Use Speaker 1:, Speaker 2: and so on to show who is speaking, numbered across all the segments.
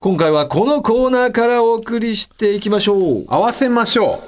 Speaker 1: 今回はこのコーナーからお送りしていきましょう。
Speaker 2: 合わせましょ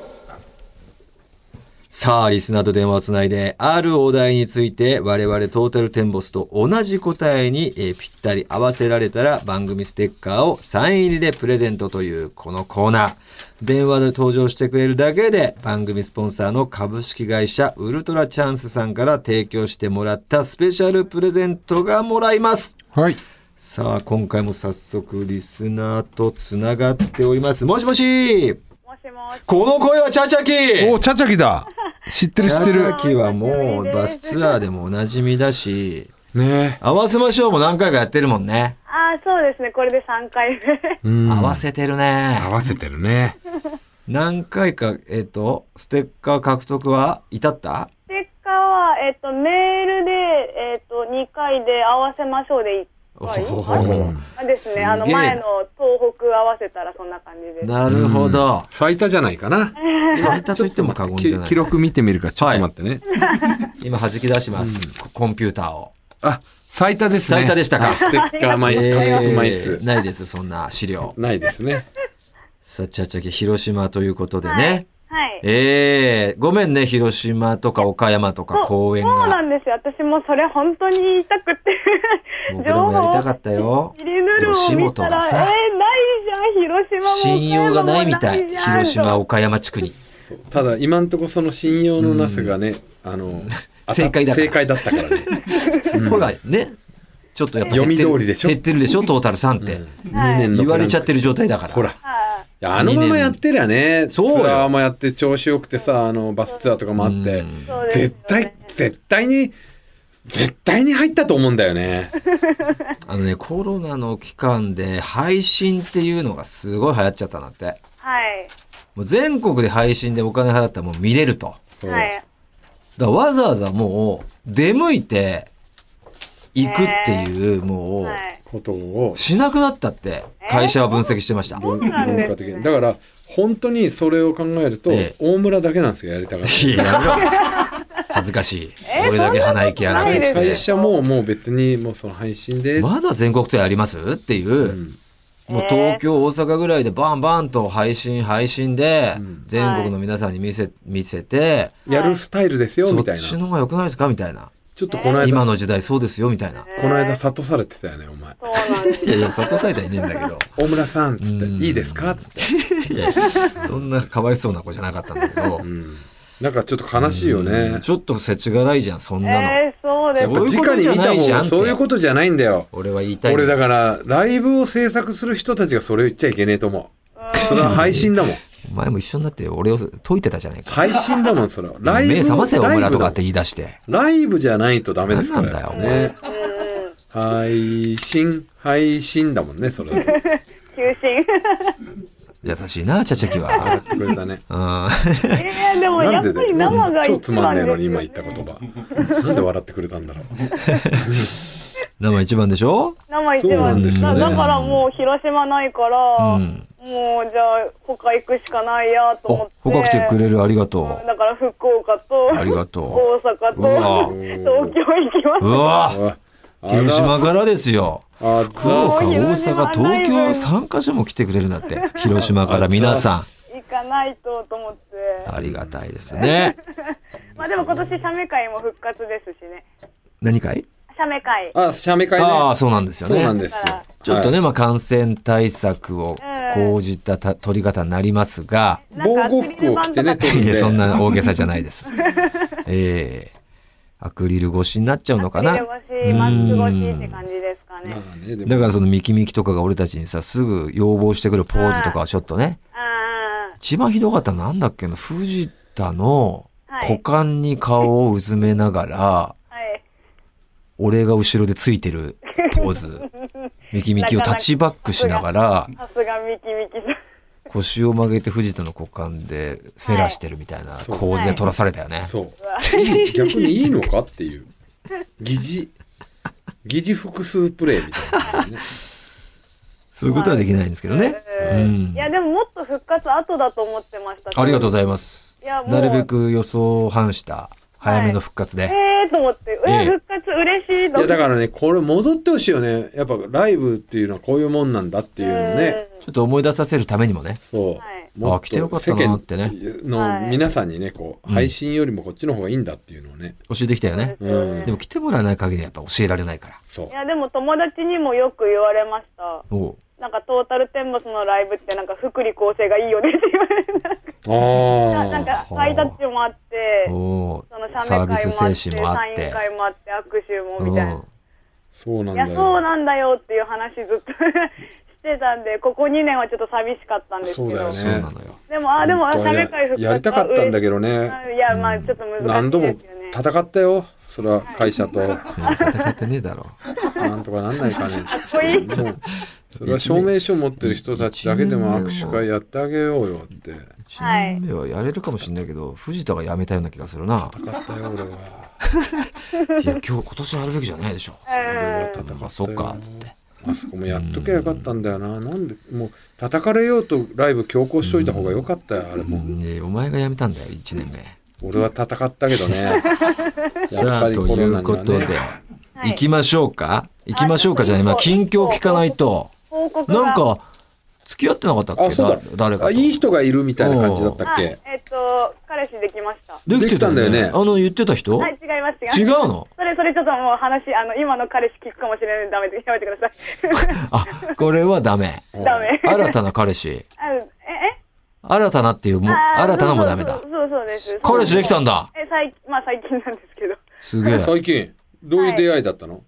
Speaker 1: さあ、リスナーと電話をつないで、あるお題について、我々トータルテンボスと同じ答えに、えーぴったり合わせられたら、番組ステッカーをサイン入りでプレゼントという、このコーナー。電話で登場してくれるだけで、番組スポンサーの株式会社ウルトラチャンスさんから提供してもらったスペシャルプレゼントがもらえます。
Speaker 2: う。はい。
Speaker 1: さあ、今回も早速リスナーとつながっております。もしもし
Speaker 3: もしもし。
Speaker 1: この声はチャチャキ
Speaker 2: おチャチャキだ。知ってる知って
Speaker 1: チ
Speaker 2: る
Speaker 1: ャ。キはもうバスツアーでもおなじみだし、
Speaker 2: ね
Speaker 1: 合わせましょうも何回かやってるもんね。
Speaker 3: ああ、そうですね。これで3回目。
Speaker 2: え。うん。
Speaker 1: 合
Speaker 2: 合
Speaker 1: わせてるね。
Speaker 2: わせてるね。
Speaker 1: 何回か、えっ、と、ステッカー獲得は至った
Speaker 3: 結果は、えっと、メールで、えっと、2回で合わせましょうで1回。
Speaker 1: お
Speaker 3: あ
Speaker 1: ー
Speaker 3: あです
Speaker 1: すげえ
Speaker 3: ね。あの、前の東北合わせたらそんな感じです。
Speaker 1: なるほど。
Speaker 2: 最多じゃないかな。
Speaker 1: 最多と言っても過言じゃな
Speaker 2: き
Speaker 1: い
Speaker 2: 記。録見てみるか、ちょっと待ってね。
Speaker 1: 今弾き出します、ココンピューターを。
Speaker 2: あ、最多ですね。
Speaker 1: 最多でしたか
Speaker 2: はいステッカー枚、
Speaker 1: え
Speaker 2: 獲得枚
Speaker 1: ー
Speaker 2: 数。
Speaker 1: ないです、そんな資料。
Speaker 2: ないですね。
Speaker 1: さあ、チャチャキ、広島ということでね。
Speaker 3: はい。
Speaker 1: ええごめんね、広島とか岡山とか公園
Speaker 3: そうな
Speaker 1: が。
Speaker 3: んですよ。私もそれ本当に言いたくて。
Speaker 1: 僕らもやりたかったよ。
Speaker 3: 入れるを
Speaker 1: 吉
Speaker 3: 見
Speaker 1: 本
Speaker 3: た
Speaker 1: が
Speaker 3: ら、えー、
Speaker 1: さ、
Speaker 3: ないじゃん、広島も。
Speaker 1: 信用がないみたい。
Speaker 3: 岡山もな
Speaker 1: 広
Speaker 3: じゃん
Speaker 1: 島、岡山地区に。
Speaker 2: ただ、今んとこその信用のなさがね、あの、あた
Speaker 1: 正解だから
Speaker 2: 正解だったからね。
Speaker 1: ほら、ね。ちょっとやっぱ減ってる
Speaker 2: 読み通りでしょ
Speaker 1: 減ってるでしょ、トータル3って。
Speaker 2: 2年の
Speaker 1: 言われちゃってる状態だから。
Speaker 2: ほら。。
Speaker 3: はい
Speaker 2: いやあのままやってりゃねツ
Speaker 1: そうよ
Speaker 2: アーもやって調子よくてさあのバスツアーとかもあって
Speaker 3: そうですよね
Speaker 2: 絶対絶対に絶対に入ったと思うんだよね
Speaker 1: あのね、コロナの期間で配信っていうのがすごい流行っちゃったなって。
Speaker 3: はい。
Speaker 1: もう全国で配信でお金払ったらもう見れると。
Speaker 2: そう、
Speaker 3: はい。
Speaker 1: だからわざわざもう出向いて行くっていう、もう、
Speaker 3: はい。
Speaker 2: ことを
Speaker 1: しなくなったって会社は分析してました。
Speaker 3: うなんですね
Speaker 2: 文化的にだから本当にそれを考えると、
Speaker 1: ええ
Speaker 2: 大村だけなんですよやりたかった
Speaker 1: いややめろ 恥ずかしい。俺だけ鼻息荒
Speaker 3: そんなこと
Speaker 1: く
Speaker 3: ない
Speaker 1: し
Speaker 2: 会
Speaker 3: です
Speaker 2: 社ももう別にもうその配信で、
Speaker 1: て。まだ全国ツアーありますっていうう。
Speaker 2: ん
Speaker 1: もう東京、大阪ぐらいでバンバンと配信、配信で
Speaker 2: ん、
Speaker 1: 全国の皆さんに見せ、見せて、
Speaker 2: やるスタイルですよ
Speaker 1: そ
Speaker 2: み
Speaker 1: った
Speaker 2: いな
Speaker 1: ちの方が良くないですかみたいな。
Speaker 2: ちょっとこの間、
Speaker 1: 今の時代そうですよ、みたいな。
Speaker 2: この間諭されてたよねお前
Speaker 3: そうなんです。
Speaker 1: いやいや、外されたらいねえんだけど。
Speaker 2: 大村さんっつって
Speaker 1: うん
Speaker 2: 「いいですか?」っつって、
Speaker 1: いやいやそんなかわいそうな子じゃなかったんだけど
Speaker 2: う。ん、なんかちょっと悲しいよね
Speaker 1: ちょっと世知辛いじゃん、そん なの。
Speaker 3: えー、そうで
Speaker 1: す
Speaker 3: す
Speaker 2: やっぱ
Speaker 1: ごい
Speaker 2: 直に見た方がそういうことじゃないんだよ。
Speaker 1: 俺は言いたいんだ
Speaker 2: 俺だからライブを制作する人たちがそれを言っちゃいけねえと思う。それは配信だもん。
Speaker 1: お前も一緒になって俺を解いてたじゃないか。
Speaker 2: 配信だもんそれは。ライブ
Speaker 1: 目覚ませよ、お
Speaker 2: ライ
Speaker 1: 前
Speaker 2: ブ
Speaker 1: ら
Speaker 2: だ
Speaker 1: とかって言い出して。
Speaker 2: ライブじゃないとダメですか
Speaker 1: 何な
Speaker 2: ら
Speaker 1: んだよ
Speaker 2: ね。配信配信だもんねそれだと。や
Speaker 3: 求心。
Speaker 1: 優しいな、チャチャキは
Speaker 2: っ。てくれたね。
Speaker 1: うん。
Speaker 3: いやで も
Speaker 2: な
Speaker 3: や
Speaker 2: んで
Speaker 3: っ
Speaker 2: だ
Speaker 3: ぱり
Speaker 2: よ。な
Speaker 3: 生
Speaker 2: んで
Speaker 3: が
Speaker 2: 超
Speaker 3: 一
Speaker 2: つまん
Speaker 3: 番
Speaker 2: ねえのに
Speaker 3: です
Speaker 2: 今
Speaker 3: よ
Speaker 2: 言った言葉。なんで笑ってくれたん だろう。
Speaker 1: 生一番でしょ
Speaker 3: 生一
Speaker 2: そうなん
Speaker 3: 番
Speaker 2: ですよね
Speaker 3: だだからもう広島ないから、
Speaker 1: うん
Speaker 3: もうじゃあ他行くしかないやと思
Speaker 1: お
Speaker 3: って、
Speaker 1: 他来てくれる、ありがと
Speaker 3: うんだから福岡と
Speaker 1: う。ありがと
Speaker 3: 大阪
Speaker 1: うわ
Speaker 3: と東京行きま
Speaker 1: う。
Speaker 3: す
Speaker 1: うわ
Speaker 2: あ
Speaker 1: 広島からですよ。
Speaker 2: あ
Speaker 1: 福岡、
Speaker 2: ざ
Speaker 1: 大阪、東京3カ所も来てくれるんだって。広島から皆さ
Speaker 3: 行かないとと思って
Speaker 1: ん。ありがたいですね。
Speaker 3: まあでも今年写メ会も復活ですしね
Speaker 1: 何かい
Speaker 3: 写メ会
Speaker 2: あ写メ会ね。
Speaker 1: ああ、そうなんですよ
Speaker 2: そうなん
Speaker 1: ね。
Speaker 2: ですよ。
Speaker 1: ちょっと
Speaker 2: ね、
Speaker 1: ね、まあ感染対策を講じたた取り方になりますが、
Speaker 2: 防護服を着てね、撮るん
Speaker 1: いや、
Speaker 2: で。
Speaker 1: そんな大げさじゃない です。ええアクリル越しになっちゃうのかな。
Speaker 3: 入れ越しマスク越しって感じですかね
Speaker 2: まあね、でも
Speaker 1: だからそのミキミキとかが俺たちにさ、すぐ要望してくるポーズとかはちょっとね、
Speaker 3: あ
Speaker 1: 一番ひどかったのはなんだっけな、藤田の
Speaker 3: はい
Speaker 1: 股間に顔をうずめながら、
Speaker 3: あはい
Speaker 1: 俺が後ろでついてるポーズ。ミキミキをタッチバックしながら、
Speaker 3: さすがミキミキさん
Speaker 1: 腰を曲げて藤田の股間でフェラしてるみたいな構図で撮らされたよね。
Speaker 2: そう。逆にいいのかって いう。疑似、疑似複数プレイみたいなね、
Speaker 1: そういうことはできないんですけどね。
Speaker 3: いやでももっと復活後だと思ってました
Speaker 1: ありがとうご
Speaker 3: ざい
Speaker 1: ざいます
Speaker 3: いや。もう
Speaker 1: なるべく予想を反した早めの復活で。
Speaker 3: えーと思って、う
Speaker 1: ええ
Speaker 3: わ復活嬉しいと
Speaker 2: い
Speaker 3: 思
Speaker 2: や
Speaker 3: って。
Speaker 2: だからねこれ戻ってほしいよねやっぱライブっていうのはこういうもんなんだっていうのね
Speaker 1: ちょっと思い出させるためにもね。
Speaker 2: そう、
Speaker 3: はい
Speaker 2: もっ
Speaker 1: あ来てよかったなってね
Speaker 2: 世間の皆さんにねこう配信よりもこっちの方がいいんだっていうのをね、
Speaker 1: 教えてきたよね。
Speaker 3: うんそうですよね
Speaker 1: でも来てもらわない限りやっぱ教えられないから。
Speaker 2: そう
Speaker 3: いやでも友達にもよく言われました。
Speaker 1: おう
Speaker 3: なんかトータルテンボスのライブってなんか福利厚生がいいよねって言われて
Speaker 2: ああ
Speaker 3: なんかハイタッチもあって
Speaker 1: おう
Speaker 3: その社名
Speaker 1: サービ
Speaker 3: 会もあって
Speaker 1: ス精神もあ
Speaker 3: サ
Speaker 1: っ
Speaker 3: イン
Speaker 1: て。
Speaker 3: 会もあって握手もみたいな、
Speaker 1: うん
Speaker 2: そうなん
Speaker 3: い
Speaker 2: だ
Speaker 3: や
Speaker 2: よ
Speaker 3: そうなんだよっていう話ずっと してたんでここ2年はちょっと寂しかったんです
Speaker 2: そ
Speaker 3: けど
Speaker 2: うだよね
Speaker 1: そうなのよ。
Speaker 3: でもあでも
Speaker 2: 本
Speaker 3: 社
Speaker 2: 当
Speaker 3: 名
Speaker 2: や
Speaker 3: 会復活
Speaker 2: やりたかったんだけどね
Speaker 3: どいやまあちょっと難しいですよね
Speaker 2: 何度も戦ったよそれは会社 と
Speaker 1: いや戦ってねえだろ。
Speaker 2: なんとかなんないかね
Speaker 3: こいい
Speaker 2: もうそれは証明書持ってる人たちだけでも握手会やってあげようよって
Speaker 1: 1年目はやれるかもしれないけど、藤田が辞めたような気がするな。
Speaker 2: 戦ったよ俺は。
Speaker 1: いや、今日、今年やるべきじゃないでしょ。
Speaker 2: 戦ったよ
Speaker 1: まあ、そっか、つって。
Speaker 2: あそこもやっときゃよかったんだよな、なんでもう叩かれようとライブ強行しといた方がよかったよあれも、
Speaker 1: ねお前が辞めたんだよ、1年目。
Speaker 2: 俺は戦ったけどねや っ
Speaker 1: さ
Speaker 2: ぱ
Speaker 1: あ、
Speaker 2: り
Speaker 1: とい
Speaker 2: コロナ
Speaker 1: う
Speaker 2: には
Speaker 1: こ
Speaker 2: ね
Speaker 1: とで、
Speaker 3: い
Speaker 1: 行きましょうか行きましょうかじゃない、
Speaker 3: あ
Speaker 1: 今、
Speaker 3: そう
Speaker 1: 近況聞かないと。
Speaker 3: 報告が
Speaker 1: なんか、付き合ってなかったっけ
Speaker 2: あそうだ
Speaker 1: だ誰かと
Speaker 2: あいい人がいるみたいな感じだったっ
Speaker 3: はい
Speaker 2: け
Speaker 3: えっ、と彼氏できました
Speaker 1: できてたんだよ
Speaker 2: でき
Speaker 1: ね。
Speaker 2: たんだよね
Speaker 1: あの、言ってた人、
Speaker 3: はい違います違います
Speaker 1: 違うの
Speaker 3: それそれちょっともう話あの今の彼氏聞くかもしれないのでダメですやめてください
Speaker 1: あ、これはダメ。
Speaker 3: ダメ
Speaker 1: 新たな彼氏。
Speaker 3: あええ
Speaker 1: 新たなっていう、もう、
Speaker 3: あー
Speaker 1: 新たなもダメだ
Speaker 3: そ。うそうそうそうです。
Speaker 1: 彼氏できたんだ
Speaker 3: え、最近、まあ最近なんですけど。
Speaker 1: すげえ。
Speaker 2: 最近どういう出会いだったの、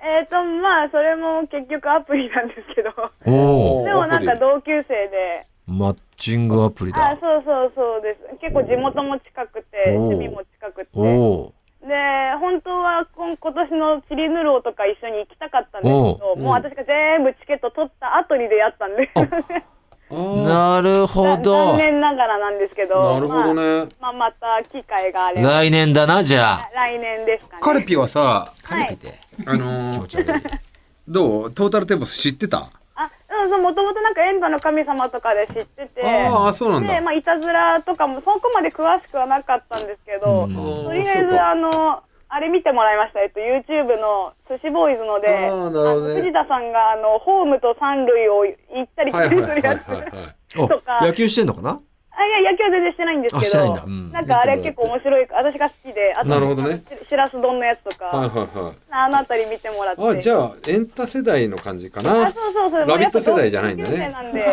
Speaker 3: えっ、と、まあそれも結局アプリなんですけど。
Speaker 1: おお、
Speaker 3: でもなんか
Speaker 2: アプ
Speaker 3: 同級生で。
Speaker 1: マッチングアプリ
Speaker 3: あ
Speaker 1: だ。
Speaker 3: そうそうそうです。結構地元も近く
Speaker 1: お
Speaker 3: て、
Speaker 1: ー
Speaker 3: 趣味も近くて。
Speaker 1: おお
Speaker 3: で、本当は今今年のチリヌローとか一緒に行きたかったんですけど、もう私が全部チケット取った後に出会ったんで。
Speaker 1: ー、
Speaker 2: あ
Speaker 1: なるほど
Speaker 3: 残。念ながらなんですけ
Speaker 2: あ
Speaker 3: ど。
Speaker 2: なるほどね、
Speaker 3: まあ、まあ、また機会があれば。
Speaker 1: 来年だな、じゃあ。
Speaker 3: 来年ですかね。
Speaker 2: カルピはさ
Speaker 1: カルピで
Speaker 2: あ
Speaker 1: 気
Speaker 2: の
Speaker 1: 持
Speaker 2: ー
Speaker 1: ち悪い。
Speaker 2: どうトータルテンボス知ってた
Speaker 3: あ、うん、そう、もともとなんかエンドの神様とかで知ってて、
Speaker 2: ああそうなんだ
Speaker 3: で、まあ、いたずらとかもそこまで詳しくはなかったんですけど、
Speaker 1: うん
Speaker 3: とりあえず、あの、あれ見てもらいました。えっと、YouTube の寿司ボーイズので、
Speaker 2: あーなるほどね
Speaker 3: あの藤田さんが、あの、ホームと三塁を行ったり
Speaker 2: はい
Speaker 3: 来
Speaker 2: はい
Speaker 3: た
Speaker 2: は
Speaker 3: りす
Speaker 2: いは
Speaker 3: るや
Speaker 2: い
Speaker 3: つ。
Speaker 2: はい
Speaker 3: とか
Speaker 1: あ、野球してんのか な
Speaker 3: あ、いや、野球は全然してないんです
Speaker 1: あ
Speaker 3: け
Speaker 1: してない
Speaker 3: ど、
Speaker 1: んだうん
Speaker 3: なんかあれ結構面白い、私が好きで、あと、
Speaker 2: なるほどね
Speaker 3: しらす丼のやつとか、
Speaker 2: はいはいはい
Speaker 3: あのあたり見てもらって。
Speaker 2: あじゃあエンタ世代の感じかな
Speaker 3: あそうそうそう。
Speaker 2: ラビット世代じゃないんだね
Speaker 3: 同級生なんで。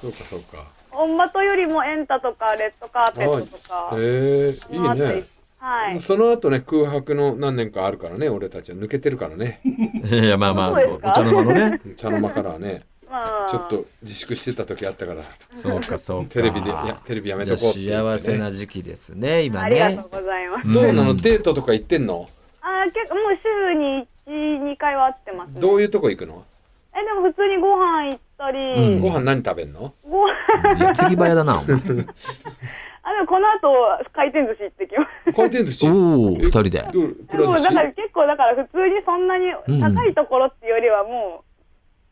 Speaker 2: そうかそうか
Speaker 3: オンバトよりもエンタとかレッドカーペットとか
Speaker 2: はい、えー、
Speaker 3: あったり
Speaker 2: いいね
Speaker 3: はい
Speaker 2: その後ね空白の何年かあるからね俺たちは抜けてるから ね
Speaker 1: いや、まあまあ、
Speaker 3: そう
Speaker 1: そ
Speaker 3: で
Speaker 1: う
Speaker 3: す。か
Speaker 1: お茶の間の ね。
Speaker 2: 茶の間からはね
Speaker 3: まあ
Speaker 2: ちょっと自粛してた時あったから
Speaker 1: そうか、そうか。
Speaker 2: テレビでいやテレビやめとこうって
Speaker 1: じ
Speaker 2: 言
Speaker 1: ゃ
Speaker 2: っ
Speaker 1: あ幸
Speaker 2: て
Speaker 1: せ
Speaker 2: ね
Speaker 1: な時期ですね、今
Speaker 3: ありが
Speaker 1: ね
Speaker 3: と。うございます、
Speaker 2: どうなのデートとか行ってんの
Speaker 3: あ結構もう週に12回は会ってますね
Speaker 2: どういうとこ行くの
Speaker 3: えでも普通にご飯行ったり、
Speaker 2: ご飯何食べんの
Speaker 3: ご 飯
Speaker 1: 矢継ぎ早だな、お前。
Speaker 3: あでもこの後回転寿司行ってきま
Speaker 2: 回転寿司
Speaker 1: おお、二人で。
Speaker 2: どう
Speaker 3: すで
Speaker 2: くら
Speaker 3: も
Speaker 2: 寿
Speaker 3: だから
Speaker 2: 司
Speaker 3: 結構だから普通にそんなに
Speaker 1: ん
Speaker 3: 高いところっていうよりはも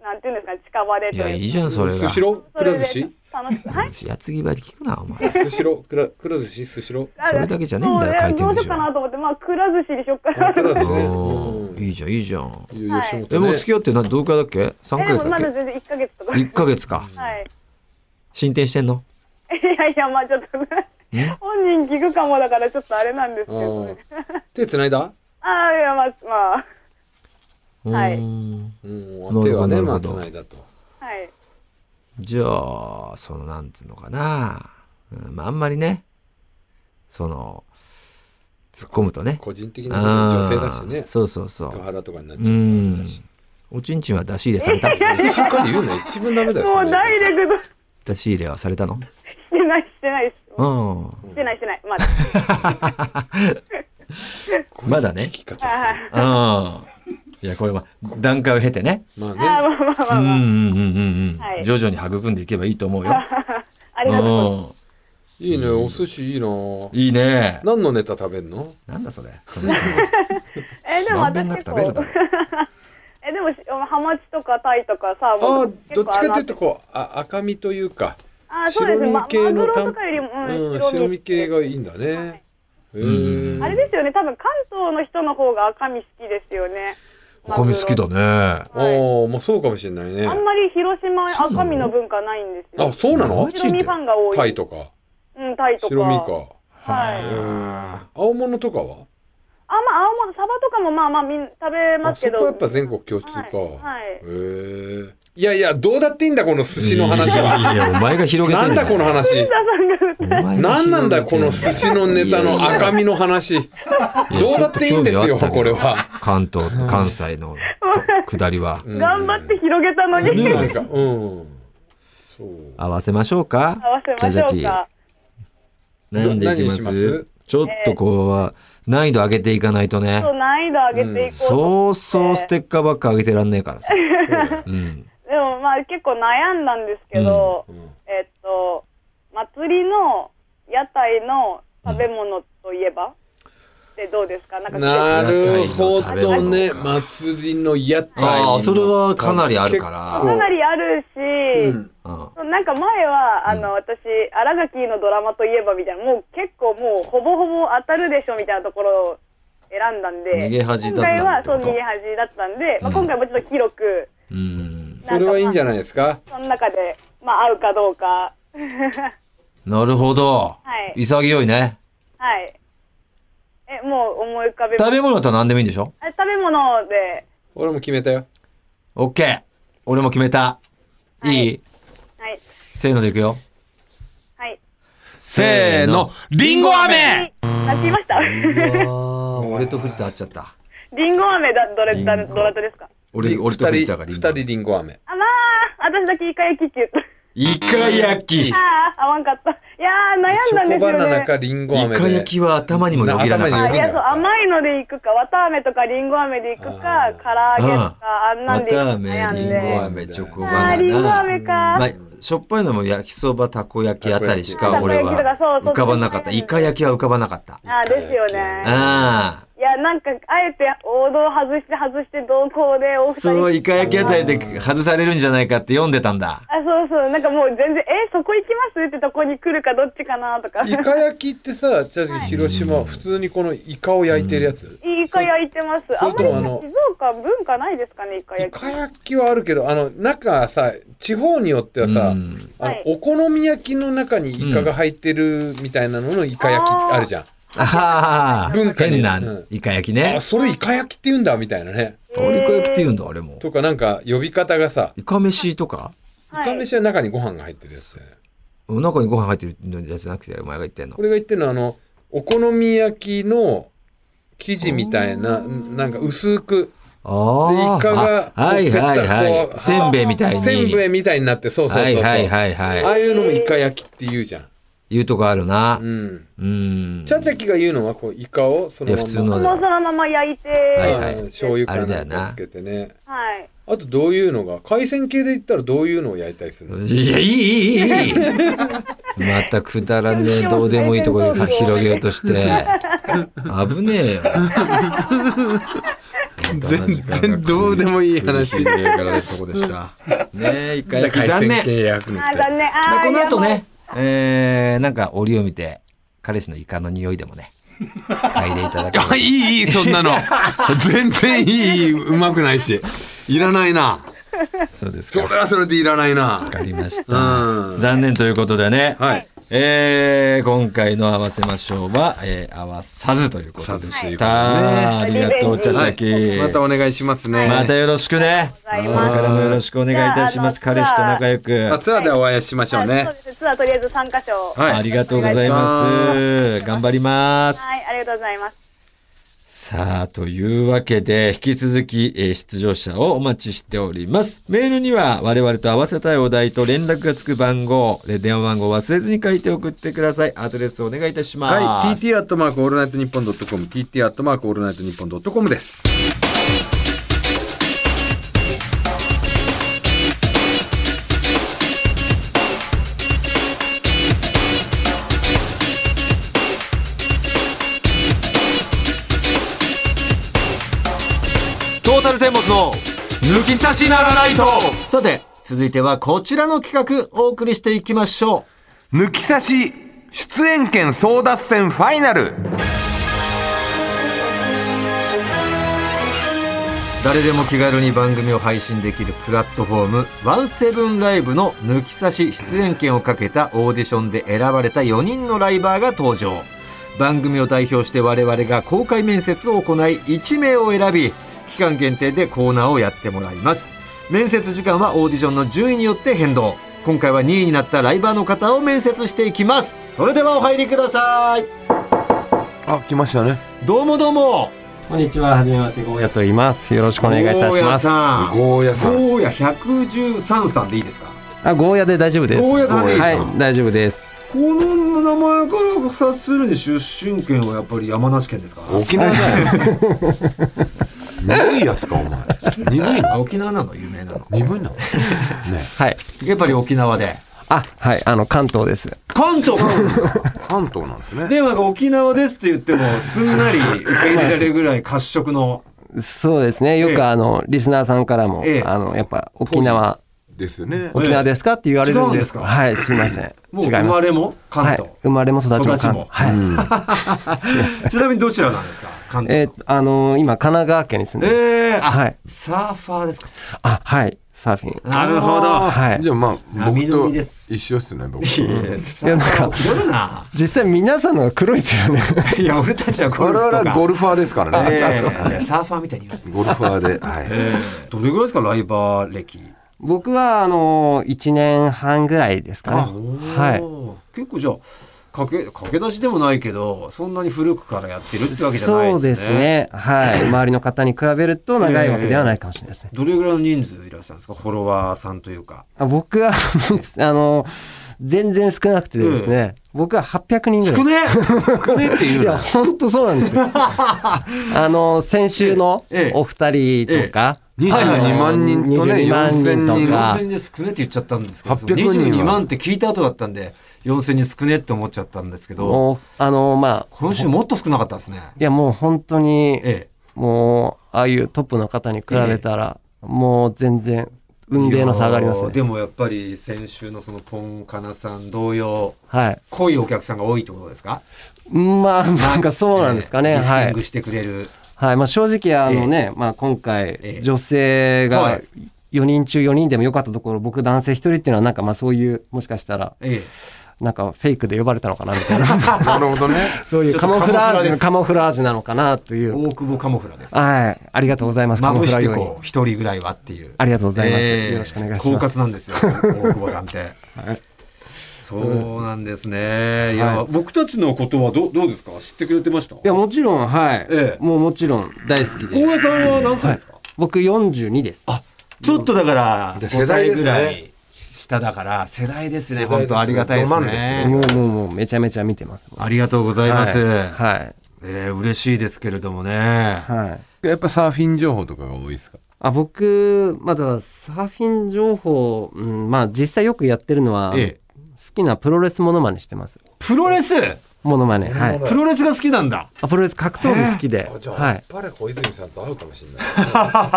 Speaker 3: う、なんていうんですかね近場でと
Speaker 1: い
Speaker 3: いうか
Speaker 1: や、いいじゃん、それが
Speaker 2: ス。シロー
Speaker 3: そ
Speaker 2: く
Speaker 3: れ
Speaker 2: ら
Speaker 3: で
Speaker 2: 寿司
Speaker 3: 楽しくはい
Speaker 1: 矢継ぎ早で聞くな、お前。
Speaker 2: スシローくらくら寿司スシロ
Speaker 1: それだけじゃねえんだよ
Speaker 3: そう
Speaker 1: 回転寿司は
Speaker 3: どうしようかなと思ってまあくら寿司にしよっか
Speaker 2: ー
Speaker 3: な
Speaker 2: くら寿司ね
Speaker 1: お
Speaker 2: う
Speaker 1: ーいいじゃん、いいじゃん。
Speaker 2: んいいよ
Speaker 3: はい
Speaker 2: 吉本ね
Speaker 1: え、もう付き合ってな、どうかだっけ ?3 ヶ
Speaker 3: えで
Speaker 1: 月だ
Speaker 3: もまだ
Speaker 1: っ
Speaker 3: 全然1ヶ月とか
Speaker 1: け ?1 ヶ月か。
Speaker 3: はい
Speaker 1: 進展してんの
Speaker 3: いやいや、まあちょっとね、 本人聞くかもだからちょっとあれなんですけどね。
Speaker 2: うん手繋いだ
Speaker 3: ああ、いや、まあ、まあ、はい
Speaker 1: ー
Speaker 3: う
Speaker 1: ん
Speaker 2: うん、手は
Speaker 1: な
Speaker 2: ね、
Speaker 1: る
Speaker 2: ま
Speaker 1: ほ
Speaker 2: あ、
Speaker 1: ど
Speaker 2: つないだと。
Speaker 3: はい。
Speaker 1: じゃあ、その、なんつうのかな。うん、まあ、あんまりね、その、突っ込むとね。
Speaker 2: 個人的な
Speaker 1: あ
Speaker 2: 女
Speaker 1: ー
Speaker 2: 性だしね。
Speaker 1: そうそうそ
Speaker 2: ガ
Speaker 1: う。
Speaker 2: ハラとかになっちゃ
Speaker 1: う
Speaker 2: うから
Speaker 1: ん
Speaker 2: だし。。
Speaker 1: おちんちんは出し入れされ た
Speaker 2: しっかり言うな、一番ダメだよ。
Speaker 3: も
Speaker 2: そうれ
Speaker 3: ダイレクト
Speaker 1: 出し入れはされたの
Speaker 3: してない、してないです。
Speaker 1: うん。
Speaker 3: してない、してない。 まあ、
Speaker 1: まだね
Speaker 2: 聞。き方する
Speaker 1: うん。いや、これは段階を経てね。
Speaker 2: まあ
Speaker 3: あー
Speaker 2: ね、
Speaker 3: まあまあま
Speaker 1: うんう
Speaker 3: あまあ。
Speaker 1: んうんうん
Speaker 3: は
Speaker 1: うん。
Speaker 3: い
Speaker 1: 徐々に育んでいけばいいと 思うよ。
Speaker 3: ありがとうございます。
Speaker 1: う。
Speaker 2: いいね、お寿司いいなん
Speaker 1: いいね。
Speaker 2: 何のネタ食べんの
Speaker 1: なんだそれ。その質問。
Speaker 3: えでも
Speaker 1: まんべ
Speaker 3: 私
Speaker 1: んなく
Speaker 3: 結
Speaker 1: 食べるだ
Speaker 3: 構、
Speaker 1: ろ。
Speaker 3: え、でもし、ハマチとかタイとかサー
Speaker 2: あ
Speaker 3: モ
Speaker 2: あ、
Speaker 3: ン
Speaker 2: どっちかというと、
Speaker 3: と
Speaker 2: こう、あ赤身というか、
Speaker 3: あーそうで
Speaker 2: 白
Speaker 3: すね。
Speaker 2: 身
Speaker 3: まあ
Speaker 2: 系
Speaker 3: マ
Speaker 2: の
Speaker 3: グロ
Speaker 2: た
Speaker 3: とかよりも、うん
Speaker 2: うん白身系がいいんだ
Speaker 3: はい
Speaker 2: ね。
Speaker 1: うん
Speaker 3: あれですよね、多分関東の人の方が赤身好きですよね。
Speaker 1: 赤身好きだね。
Speaker 2: ああ、まあそうかもしれないね
Speaker 3: マグロ。あんまり広島
Speaker 1: そうなの
Speaker 3: 赤身の文化ないんですよ
Speaker 2: あ、。そうなの
Speaker 1: マジ
Speaker 3: 白身ファンが多い。
Speaker 2: タイとか、
Speaker 3: うん、タイとか。
Speaker 2: 白身か。
Speaker 3: はい。
Speaker 2: う
Speaker 3: あ、ま
Speaker 2: ん。青物とかは
Speaker 3: あ、青物、サバとかもまあまあみん食べま
Speaker 2: あ
Speaker 3: す
Speaker 2: そ
Speaker 3: け
Speaker 2: こ
Speaker 3: ど。
Speaker 2: はやっぱ全国共通か。
Speaker 3: はいはい
Speaker 2: へえ。いやいや、どうだっていいんだ、この寿司の話は。
Speaker 1: いやいや、お前が広げて
Speaker 2: なんだ、この話。
Speaker 1: 話
Speaker 2: なんなんだ、この寿司のネタの赤身の話。どうだっていいんですよ、これ。は。
Speaker 1: 関東、関西のと下りは。
Speaker 2: うん
Speaker 3: 頑張って広げたのに、
Speaker 2: ねなんか、うん。そう。
Speaker 1: 合わせましょうか
Speaker 3: 合わせましょうか。
Speaker 1: 悩んでいきま
Speaker 2: 何にします
Speaker 1: すちょっとこうは難易度上げていかないとね
Speaker 3: そう、。難易度上げていこうと
Speaker 1: そ
Speaker 3: 思
Speaker 1: う
Speaker 3: っ
Speaker 1: そう
Speaker 3: て。
Speaker 1: ステッカーばっか上げてらんねえからさ。
Speaker 2: そうだよ
Speaker 1: うん。
Speaker 3: でもまあ結構悩んだんですけど、
Speaker 2: うん
Speaker 3: えっと、祭りの屋台の食べ物といえば、ってどうですかなんか
Speaker 2: なるほ
Speaker 1: 屋台の
Speaker 2: ど
Speaker 1: 食べ
Speaker 2: ね。
Speaker 1: 物か
Speaker 2: 祭りの屋台
Speaker 1: ああそれはかなりあるから
Speaker 3: かなりあるし、
Speaker 2: う
Speaker 1: う
Speaker 2: ん
Speaker 1: ん
Speaker 3: そうなんか前は、あの、私、新垣のドラマといえばみたいな、もう結構もう、ほぼほぼ当たるでしょみたいなところを選んだんで、
Speaker 1: 逃げ恥だった
Speaker 3: 今回
Speaker 1: っ
Speaker 3: は、
Speaker 1: て
Speaker 3: そ
Speaker 1: こ
Speaker 3: う、
Speaker 1: と
Speaker 3: 逃げ恥だったんで、まあ、
Speaker 1: うん
Speaker 3: 今回もちょっと広く、
Speaker 1: うん。
Speaker 2: それはいいんじゃないですか。
Speaker 3: その中で、まあ、合うかどうか、
Speaker 1: なるほど
Speaker 3: は。い
Speaker 1: 潔いね。
Speaker 3: はい。え、もう思い浮かべます
Speaker 1: 食べ物だったら何でもいいんでしょ
Speaker 3: あ食べ物で、
Speaker 2: 俺も決めたよ。
Speaker 1: ?OK。俺も決めた。
Speaker 3: はい
Speaker 1: いい
Speaker 3: はい、
Speaker 1: せーのでいくよ。
Speaker 3: はい。
Speaker 1: せーの。
Speaker 2: リンゴ
Speaker 3: はいあ、聞きましたリ
Speaker 1: 俺と藤田会っちゃった。
Speaker 3: ンゴ飴だ、どれ、だ
Speaker 1: リンゴ
Speaker 3: どなたですか
Speaker 1: 俺、俺と藤田がリ
Speaker 2: 二
Speaker 1: ン
Speaker 2: 人
Speaker 1: ゴ。
Speaker 2: リンゴ飴。
Speaker 3: あ、まあ、私だけイカ焼きって言 った。
Speaker 1: イカ焼き。イ
Speaker 3: ああ、合わんかった。いやー、
Speaker 2: チ
Speaker 3: 悩んだん
Speaker 2: ョ
Speaker 3: で
Speaker 2: コ
Speaker 3: すよ
Speaker 2: バナナ
Speaker 3: ね。
Speaker 2: かリンゴ飴で。
Speaker 1: カ焼きは頭にもよぎらなか
Speaker 2: 頭
Speaker 1: っ
Speaker 2: に
Speaker 3: あ
Speaker 1: た
Speaker 3: いや、そう、甘いので行くか、わたあめとかりんご飴で行くか、唐揚げとか、あんな
Speaker 1: わ
Speaker 3: んで行
Speaker 1: たあ
Speaker 3: くか
Speaker 1: め、
Speaker 3: 悩ん
Speaker 1: りん
Speaker 3: で。
Speaker 1: ご飴、チョコ
Speaker 3: あ
Speaker 1: バナナ。
Speaker 3: ー、りんご飴
Speaker 1: まあ
Speaker 3: か。、
Speaker 1: しょっぱいのも焼きそば、たこ焼きあたりしか俺
Speaker 3: たこ焼きとかそう
Speaker 1: は
Speaker 3: そう
Speaker 1: 浮かばなかった。イカ焼きは浮かばなかった。
Speaker 3: あー、ですよね。
Speaker 1: ああ。
Speaker 3: いや、なんか、あえて王道外して外して同行でお二人。
Speaker 1: そう、イカ焼きあたりで外されるんじゃないかって読んでたんだ。
Speaker 3: あ、そうそう。なんかもう全然、え、そこ行きますってとこに来るかどっちかなとか。
Speaker 2: イカ焼きってさ、じゃあ広島、普通にこのイカを焼いてるやつ。
Speaker 3: イカ焼いてます。
Speaker 2: そ
Speaker 3: あ
Speaker 2: れ
Speaker 3: んま
Speaker 2: と
Speaker 3: り
Speaker 2: もあの
Speaker 3: 静岡文化ないですかね、イカ
Speaker 2: イ
Speaker 3: 焼き。
Speaker 2: カ焼きはあるけど、あの、中さ、地方によってはさ、
Speaker 1: うん
Speaker 2: あ
Speaker 3: はい
Speaker 2: の、お好み焼きの中にイカが入ってるみたいなののイカ焼きあるじゃん。
Speaker 1: ああ。
Speaker 2: 文化に
Speaker 1: 変な
Speaker 2: うん
Speaker 1: イカ焼きね
Speaker 2: あ、。それイカ焼きって言うんだ、みたいなね。
Speaker 1: あれイカ焼きって言うんだ、あれも。
Speaker 2: とかなんか呼び方がさ、
Speaker 1: イカ飯とか
Speaker 2: イカ飯は中にご飯が入ってるやつだよね。
Speaker 1: 中にご飯入ってるやつじゃなくて、お前が言ってんの。
Speaker 2: 俺が言ってるのはあの、お好み焼きの生地みたいな、なんか薄く、
Speaker 1: ああ。
Speaker 2: でイカが
Speaker 1: あはいはい
Speaker 2: こうペッタッこ
Speaker 1: は
Speaker 2: う
Speaker 1: い。せんべいみたいに。
Speaker 2: せんべいみたいになって、そうそうそうそう。
Speaker 1: はいはいはい
Speaker 2: あ
Speaker 1: は
Speaker 2: あいうのもイカ焼きって言うじゃん。
Speaker 1: い。いうとこあるな
Speaker 2: う。ん。
Speaker 1: うん。
Speaker 2: チャチャキが言うのは、こう、イカをそのま
Speaker 1: い
Speaker 2: ま。
Speaker 1: や普通の
Speaker 3: もうそのまま焼いて。
Speaker 1: は
Speaker 2: はいい
Speaker 1: はい
Speaker 2: 醤油か
Speaker 1: あれだよ
Speaker 2: なん
Speaker 1: な
Speaker 2: かつけてね。
Speaker 3: はい。
Speaker 2: あとどういうのが、海鮮系で言ったらどういうのを焼いたりするの
Speaker 1: いや、いい、いい、いい。またくだらねえ、どうでもいいところで広げようとして。危ねえよ。
Speaker 2: もいい
Speaker 1: いからとこでした。ねえ、一回だけ残念。
Speaker 2: 焼くの
Speaker 3: あ、残念。あ
Speaker 1: まあ
Speaker 3: ー、
Speaker 1: この後
Speaker 3: やばい
Speaker 1: ね。、えー、なんか折を見て、彼氏のイカの匂いでもね、嗅いでいただければ
Speaker 2: あいいいいそんなの全然いいうまくないしいらないな
Speaker 1: そうです
Speaker 2: そ
Speaker 1: か。
Speaker 2: れ
Speaker 1: わ
Speaker 2: はそれでいらないな
Speaker 1: かりまし
Speaker 2: う
Speaker 1: た。
Speaker 2: ん
Speaker 1: 残念ということでね。
Speaker 2: はい
Speaker 1: えー、今回の合わせましょうは、えー、合わさずということで
Speaker 2: さずと
Speaker 1: し
Speaker 2: いう
Speaker 1: た。
Speaker 2: こと
Speaker 1: あ
Speaker 3: で
Speaker 1: り
Speaker 3: ね
Speaker 1: がとう、チャチャ
Speaker 2: はい
Speaker 1: キ。
Speaker 2: またお願いしますね、
Speaker 1: またよろしくね。こ
Speaker 3: あり
Speaker 1: れ
Speaker 3: がとうございます
Speaker 1: からもよろしくお願いいたします。
Speaker 3: じゃああ
Speaker 1: 彼
Speaker 3: の
Speaker 1: 氏と仲良く
Speaker 2: まあ。ツアーでお会いしましょう
Speaker 3: あそ
Speaker 2: ね
Speaker 3: うです。ツアーとりあえず参加賞。
Speaker 2: はい
Speaker 1: ありがとうございます。頑張ります。
Speaker 3: はい、ありがとうございます。
Speaker 1: さあ、というわけで、引き続き、えー出場者をお待ちしております。メールには、我々と合わせたいお題と連絡がつく番号、で電話番号を忘れずに書いて送ってください。アドレスをお願いいたします。
Speaker 2: はい TT アットマークオールナイトニッポンドットコム TT アットマークオールナイトニッポンドットコムです
Speaker 1: トータルテンボスの抜き差しならないとさて、続いてはこちらの企画お送りしていきましょう。
Speaker 2: 抜き差し出演権争奪戦ファイナル
Speaker 1: 誰でも気軽に番組を配信できるプラットフォームワンセブンライブの抜き差し出演権をかけたオーディションで選ばれた4人のライバーが登場番組を代表して我々が公開面接を行い1名を選び期間限定でコーナーをやってもらいます面接時間はオーディションの順位によって変動今回は2位になったライバーの方を面接していきますそれではお入りください
Speaker 2: あ、来ましたね。
Speaker 1: どうもどうも
Speaker 4: こんにちは、はじめまして、ゴーヤと言います。よろしくお願いいたします。
Speaker 1: さ
Speaker 4: あ、
Speaker 1: ん
Speaker 2: ゴーヤさん。
Speaker 1: ゴーヤ113さんでいいですか
Speaker 4: ゴーヤで大丈夫です。
Speaker 1: ゴーヤダメですか
Speaker 4: はい、大丈夫です。
Speaker 1: この名前から察するに出身県はやっぱり山梨県ですか
Speaker 2: 沖縄だよ。鈍いやつか、お前。鈍いな。
Speaker 1: あ沖縄なの有名なの
Speaker 2: 鈍いな。ね
Speaker 4: はい。
Speaker 1: やっぱり沖縄で
Speaker 4: あ、はい、あの関東です。
Speaker 1: 関 東
Speaker 2: 関東なんですね。
Speaker 1: でもなんか沖縄ですって言ってもすんなり受け入れられるぐらい褐色の
Speaker 4: そうですね。よ
Speaker 1: ええ
Speaker 4: くあのリスナーさんからも、
Speaker 1: ええ
Speaker 4: あのやっぱ沖縄、
Speaker 2: ですよね。
Speaker 4: 沖縄ですかって言われるん
Speaker 1: 違うん
Speaker 4: で
Speaker 1: ですすか
Speaker 4: はい、すいません。
Speaker 1: もう
Speaker 4: 違い
Speaker 1: 生
Speaker 4: ま。
Speaker 1: ますれも関
Speaker 4: はい
Speaker 1: 東、、
Speaker 4: 生まれも育ちも
Speaker 1: 育ち
Speaker 4: 関
Speaker 1: も
Speaker 4: 東。は い。
Speaker 1: ちなみにどちらなんですか関東
Speaker 4: えーあの今神奈川県に住んでます。
Speaker 1: えーあ、
Speaker 4: はい
Speaker 1: サーファーですか
Speaker 4: あ、はい、サーフィン。
Speaker 1: なるほど
Speaker 4: はい
Speaker 2: じ。ゃあまあ、
Speaker 1: 波
Speaker 2: 僕
Speaker 1: 乗
Speaker 2: と
Speaker 1: りです
Speaker 2: 一緒っすね、僕。
Speaker 1: いやなんか気取るな
Speaker 4: 実際皆さんのが黒いですよね。
Speaker 1: いや俺たちはゴ
Speaker 2: 我
Speaker 1: ルフと
Speaker 2: 々
Speaker 1: か
Speaker 2: はゴルファーですからね。
Speaker 1: えーサーファーみたいに言われて
Speaker 2: ゴルファーで。はい。
Speaker 1: どれぐらいですかライバー歴
Speaker 4: 僕はあの一年半ぐらいですかね。は
Speaker 1: い
Speaker 4: い。
Speaker 1: 結構じゃあ駆け駆け出しでもないけどそんなに古くからやってるってわけじゃないですね
Speaker 4: そうですね。は い。周りの方に比べると長いわけではないかもしれないですね。
Speaker 1: どれぐらいの人数いらっしゃるんですかフォロワーさんというか
Speaker 4: あ僕は あの全然少なくてですね。僕は800人ぐらい。
Speaker 1: 少ね
Speaker 2: 少ねっていうの
Speaker 4: いや
Speaker 2: は。
Speaker 4: 本当そうなんで すよ。あの先週の
Speaker 1: ええ
Speaker 4: お二人とか、
Speaker 2: ええ22万人とね
Speaker 4: 22万人と
Speaker 2: 4000
Speaker 4: か
Speaker 1: 4000人少ねって言っちゃったんですけど
Speaker 2: 800人は
Speaker 1: 22万って聞いた後だったんで4000人少ねって思っちゃったんですけど
Speaker 4: もうあのまあ
Speaker 1: 今週もっと少なかったですね
Speaker 4: いやもう本当に
Speaker 1: え
Speaker 4: もうああいうトップの方に比べたら、もう全然運命の差がありま
Speaker 1: い
Speaker 4: す
Speaker 1: やーで
Speaker 4: ね。
Speaker 1: もやっぱり先週のそのポンカナさん同様
Speaker 4: はい。
Speaker 1: 濃いお客さんが多いってことですか
Speaker 4: まあなんかそうなんですかね。
Speaker 1: えーリフテ
Speaker 4: は
Speaker 1: ィン
Speaker 4: い
Speaker 1: グ。してくれる。
Speaker 4: はい。まあ正直あのね、まあ今
Speaker 1: ええ
Speaker 4: 回女性
Speaker 1: は
Speaker 4: が
Speaker 1: い
Speaker 4: 4人中4人でも良かったところ、僕男性1人っていうのはなんかまあそういうもしかしたら
Speaker 1: え
Speaker 4: なんかフェイクで呼ばれたのかなみたいな
Speaker 2: なるほどね。
Speaker 4: そうい
Speaker 1: ちょ
Speaker 4: う
Speaker 1: っと
Speaker 4: カモフラージュの
Speaker 1: カ
Speaker 4: カモフラージュなのかなとい
Speaker 1: え
Speaker 4: う。
Speaker 1: 大久保カモフラです。
Speaker 4: はい。ありがとうございます。カ
Speaker 1: ま
Speaker 4: モ
Speaker 1: ぶ
Speaker 4: フ
Speaker 1: し
Speaker 4: ラー
Speaker 1: て
Speaker 4: 用に
Speaker 1: こう、一人ぐらいはっていう。
Speaker 4: ありがとうございます。
Speaker 1: ええ
Speaker 4: よろしくお願いし
Speaker 1: 狡
Speaker 4: ます。
Speaker 1: 猾なんですよ、大久保さんって。
Speaker 4: はい
Speaker 1: そうなんですね。いや
Speaker 4: は、
Speaker 1: 僕たちのことはどうどうですか知ってくれてました
Speaker 4: いや、もちろん、はい。
Speaker 1: ええ
Speaker 4: もうもちろん大好き
Speaker 1: 大
Speaker 4: で。
Speaker 1: 江さんは何歳ですか
Speaker 4: 僕42です。
Speaker 1: あ、ちょっとだから、
Speaker 2: で
Speaker 1: 5
Speaker 2: 世代
Speaker 1: 歳
Speaker 2: です
Speaker 1: ぐ
Speaker 2: ね
Speaker 1: らい下だから、世代ですね。
Speaker 2: 世代です
Speaker 1: 本当ありがたいで
Speaker 2: ど
Speaker 1: す
Speaker 2: 真ん
Speaker 1: ね。
Speaker 2: 中
Speaker 4: もうもうもうめちゃめちゃ見てます。
Speaker 1: ありがとうございます。
Speaker 4: はい。
Speaker 1: えー嬉しいですけれどもね。
Speaker 4: はい。はい
Speaker 2: やっぱサーフィン情報とかが多いですか
Speaker 4: あ僕、まだサーフィン情報、うん、まあ実際よくやってるのは、
Speaker 1: ええ
Speaker 4: 好きなプロレスモノマネしてます。
Speaker 1: プロレス
Speaker 4: モノマネ。はい。
Speaker 1: プロレスが好きなんだ。
Speaker 4: あプロレス格闘技好きで。はい。
Speaker 2: ぱり小泉さんと会うかもしれない。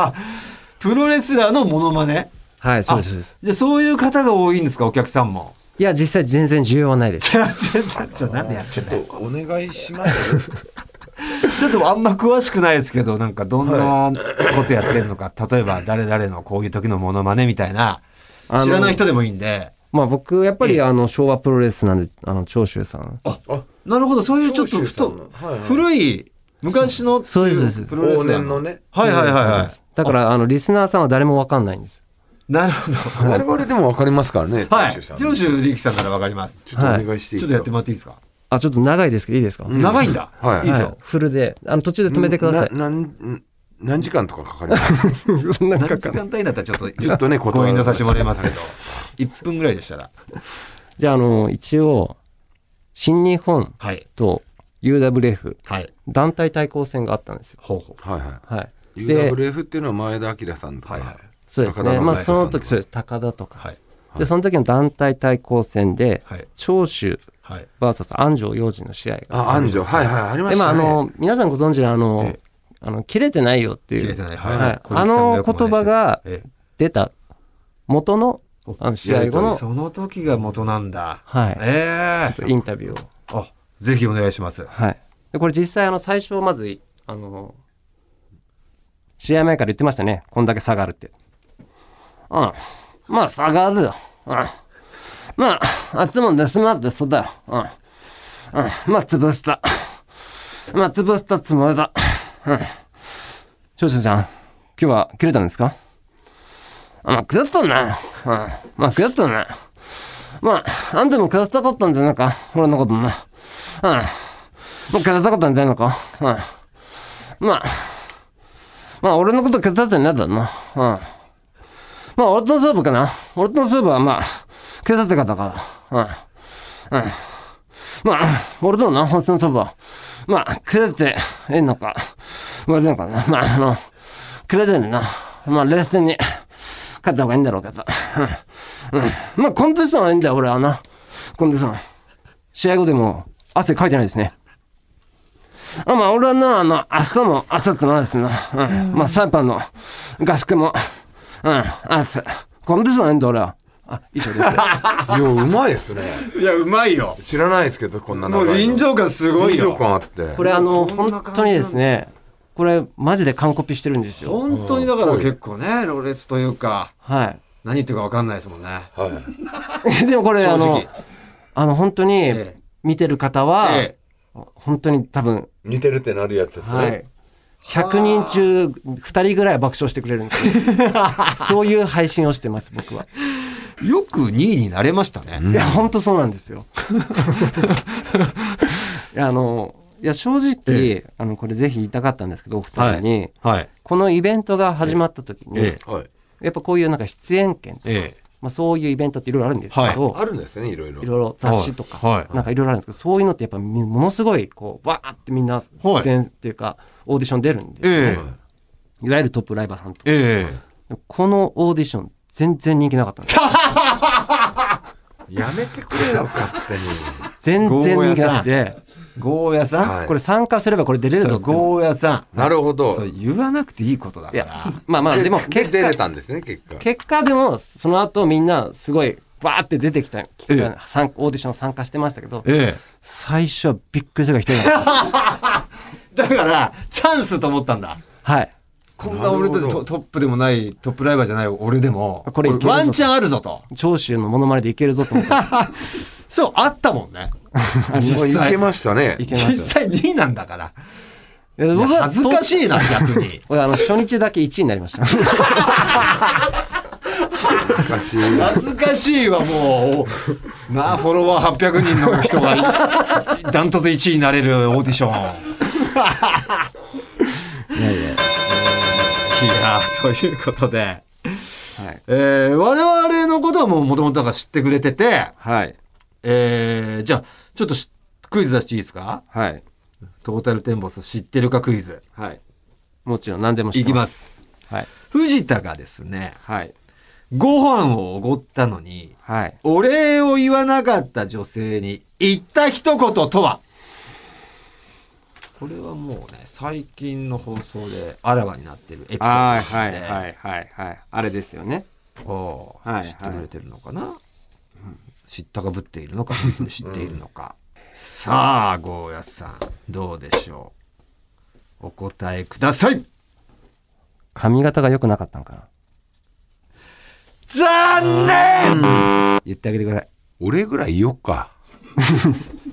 Speaker 1: プロレスラーのモノマネ
Speaker 4: はい、そうです。そうです
Speaker 1: じゃあそういう方が多いんですかお客さんも。
Speaker 4: いや、実際全然需要はな いです。
Speaker 1: ちょっとなんでやってんの
Speaker 2: お願いします。
Speaker 1: ちょっとあんま詳しくないですけどなんかどんなことやってるのか、例えば誰々のこういう時のモノマネみたいな
Speaker 4: あの
Speaker 1: 知らない人でもいいんで
Speaker 4: まあ僕、やっぱ
Speaker 1: ええ
Speaker 4: りあの昭和プロレスなんで、あの長州さん。
Speaker 1: なるほどそういうちょっと
Speaker 2: 長州
Speaker 1: ふ
Speaker 2: さん
Speaker 1: と
Speaker 2: のはいはい
Speaker 1: 古い昔の
Speaker 4: そうですそうです
Speaker 1: プロレスラー
Speaker 2: 往年のね
Speaker 1: はいはいはいはい
Speaker 4: だから、あの、リスナーさんは誰もわかんないんです。
Speaker 1: なるほど
Speaker 2: 我々でも分かりますからね、
Speaker 1: はい
Speaker 2: 長州さん
Speaker 1: 長州力さんならわかりますち
Speaker 2: ちょっとお願いしていい
Speaker 1: ょっと
Speaker 2: ですか
Speaker 1: やってもらっていいですか
Speaker 4: あ、ちょっと長いですけど、いいですか、
Speaker 1: 長いんだ
Speaker 2: はい
Speaker 1: いいですよ
Speaker 4: はいフルで。あの、途中で止めてください。
Speaker 2: ななんん何時間とかかかります
Speaker 4: そんな
Speaker 1: 何
Speaker 4: か
Speaker 1: 時
Speaker 4: かんない
Speaker 1: 間帯だったら ちょっと
Speaker 2: ちょっとね
Speaker 1: ご遠慮させてもらいますけど1分ぐらいでしたら
Speaker 4: じゃあ、あの、一応、新日本
Speaker 1: はい
Speaker 4: と UWF、
Speaker 1: はい
Speaker 4: 団体対抗戦があったんですよ。
Speaker 1: ほうほ
Speaker 2: はいは
Speaker 4: はい。
Speaker 2: い。
Speaker 4: で、
Speaker 2: UWF っていうのは前田明さんとか、
Speaker 1: はいはい
Speaker 4: そうです
Speaker 2: 高田
Speaker 4: ね。
Speaker 2: 馬
Speaker 4: まあ、
Speaker 2: 場
Speaker 4: その時、
Speaker 2: さ
Speaker 4: そ
Speaker 2: ん
Speaker 4: れ、高田と
Speaker 1: う
Speaker 4: か。
Speaker 1: はい
Speaker 4: で、その時の団体対抗戦で、
Speaker 1: はい
Speaker 4: 長州
Speaker 1: はい
Speaker 4: VS 安城洋次の試合が。
Speaker 2: あ、安城、はいはい、ありま
Speaker 4: で、
Speaker 2: し
Speaker 4: まあ、
Speaker 2: た
Speaker 4: あ
Speaker 2: ね。
Speaker 4: の、皆さんご存知の、あの、あの、切れてないよっていう。
Speaker 1: 切れてないは
Speaker 4: はい
Speaker 1: 小力
Speaker 4: い。
Speaker 1: さ
Speaker 4: あ
Speaker 1: んがよく真似
Speaker 4: の
Speaker 1: して
Speaker 4: 言葉が
Speaker 1: ええ
Speaker 4: 出た元の、あの、試合後の、ちょ
Speaker 1: その時が元なんだ
Speaker 4: はい
Speaker 1: え
Speaker 4: っとインタビューを。
Speaker 1: えあぜひお願いします
Speaker 4: はい。で、これ実際、あの、最初、まず、あの、試合前から言ってましたね。こんだけ下がるって。うん。まあ、下がるよ。うん。まあ、あっちも盗まれてそうだよ。うん。うん。まあ、潰した。まあ、潰したつもりだ。うん。少々ちゃん、今日は切れたんですかあまあ、くだったんだよ。うん。まあ、くだったんだよ。まあ、あんたもくだったかったんじゃないか俺のこともな。うん。もうくだったかったんじゃないのかうん。まあ、まあ、俺のことくだったんだろうな。うん。まあ、俺との勝負かな。俺との勝負はまあ、下手って方から。うん。うん。まあ、俺とのな、本当の勝負は。まあ、下って、ええのか。悪いのかな。まあ、あの、下ってるな。まあ、冷静に、勝った方がいいんだろうけど。うん。うん。まあ、コンディションはいいんだよ、俺はな。コンディション。試合後でも、汗かいてないですね。あまあ、俺はな、あの、明日も、明後日もですね。うん。まあ、サイパンの合宿も、うん、あ、そコンディションないんだ俺は。あ、以上で
Speaker 2: い
Speaker 4: す。
Speaker 2: や、うまいですね。
Speaker 1: いや、うまいよ。
Speaker 2: 知らないですけど、こんな
Speaker 1: もう臨場感すごい
Speaker 2: 臨場
Speaker 1: よ。
Speaker 2: 感あって。
Speaker 4: これあの、
Speaker 1: こんな感じなんだ
Speaker 4: 本当にですね、これマジで完コピしてるんですよ。
Speaker 1: 本当にだから結構ね、ロレスというか、
Speaker 4: は
Speaker 1: 何言ってるか分かんないですもんね。
Speaker 2: はい。
Speaker 4: い。 でもこれ
Speaker 1: 正
Speaker 4: あの
Speaker 1: 直、。
Speaker 4: あの本当に
Speaker 1: ええ
Speaker 4: 見てる方は、
Speaker 1: え
Speaker 4: 本当に多分、
Speaker 2: 似てるってなるやつです
Speaker 4: は
Speaker 2: ね
Speaker 4: い。。100人中2人ぐらいは爆笑してくれるんです よ。そういう配信をしてます、僕は。
Speaker 1: えよく2位になれましたね。
Speaker 4: いや、本当そうなんで すよ。いや、あの、いや、正直、あの、これぜひ言いたかったんですけど、お二人に、
Speaker 1: はい。
Speaker 4: このイベントが始まった時に、
Speaker 1: え
Speaker 2: はい。
Speaker 4: やっぱこういうなんか出演権とか、
Speaker 1: え
Speaker 4: まあ、そういうイベントっていろいろあるんですけど、
Speaker 2: あるんですね、いろいろ
Speaker 4: い。ろいろ雑誌とか、
Speaker 1: はいはい
Speaker 4: なんかいろいろあるんですけどそういうのってやっぱみものすごいこうわーってみんな
Speaker 1: はい
Speaker 4: 出演っていうかオーディション出るんで、
Speaker 1: え
Speaker 4: いわゆるトップライバーさんとか
Speaker 1: ええ。
Speaker 4: このオーディション全然人気なかったんですよ
Speaker 2: やめてくれ よ、勝手に。
Speaker 4: 全然人気なくて
Speaker 1: ゴーヤさん、
Speaker 2: はい
Speaker 4: これ参加すればこれ出れる
Speaker 1: そ
Speaker 4: ぞ
Speaker 1: う
Speaker 4: っていう
Speaker 1: ゴーヤさん。
Speaker 2: なるほど
Speaker 1: そ。う言わなくていいことだ
Speaker 4: い
Speaker 1: か
Speaker 4: や
Speaker 1: ら。
Speaker 4: まあまあでも
Speaker 2: で、
Speaker 4: 結
Speaker 2: 出れ
Speaker 4: 果
Speaker 2: たんですね、結果。
Speaker 4: 結果でもその後みんなすごいバーって出てきた来て
Speaker 1: ええ
Speaker 4: 参オーディション参加してましたけど
Speaker 1: え
Speaker 4: 最初はびっくりしたが一人だったんです
Speaker 1: え。だから、チャンスと思ったんだ。
Speaker 4: はい
Speaker 1: こんな俺た
Speaker 2: な
Speaker 1: ち
Speaker 2: るほ
Speaker 1: トト
Speaker 2: ど
Speaker 1: ップでもない、トップライバーじゃない俺でも、
Speaker 4: これいけるぞ
Speaker 1: ワンチャンあるぞと。
Speaker 4: 長州のモノマネでいけるぞと思ったん
Speaker 1: そう、あったもん ね。
Speaker 4: ですよ
Speaker 1: 実際
Speaker 2: いけましたね。
Speaker 4: いけま
Speaker 1: 実
Speaker 4: す
Speaker 1: 際2位なんだから。
Speaker 4: 僕は。
Speaker 1: 恥ずかしいな、逆に
Speaker 4: 俺あの初日だけ1位になりま した
Speaker 2: 恥ずかしい。
Speaker 1: 恥ずかしいわ、もう。なあ、フォロワー800人の人が、ダントツ1位になれるオーディション。いやーということで、
Speaker 4: はい、
Speaker 1: えー我々のことはもうもともと知ってくれてて、
Speaker 4: はい
Speaker 1: えーじゃあ、ちょっとしクイズ出していいですか
Speaker 4: はい
Speaker 1: トータルテンボス知ってるかクイズ。
Speaker 4: はいもちろん何でも知
Speaker 1: い
Speaker 4: って
Speaker 1: きま
Speaker 4: ます
Speaker 1: す。
Speaker 4: はい
Speaker 1: 藤田がですね、
Speaker 4: はい
Speaker 1: ご飯をおごったのに、
Speaker 4: はい
Speaker 1: お礼を言わなかった女性に言った一言とはこれはもうね、最近の放送であらわになってるエピソード
Speaker 4: はい
Speaker 1: な
Speaker 4: は
Speaker 1: ん
Speaker 4: い
Speaker 1: で。
Speaker 4: はいはいはいあれですよね
Speaker 1: おー
Speaker 4: はい
Speaker 1: 知ってくれてるのかな、知ったかぶっているのか、知っているのか。さあ、ゴーヤさん、どうでしょうお答えください
Speaker 4: 髪型が良くなかったんかな
Speaker 1: 残念言ってあげてください。
Speaker 2: 俺ぐらい言おっ か。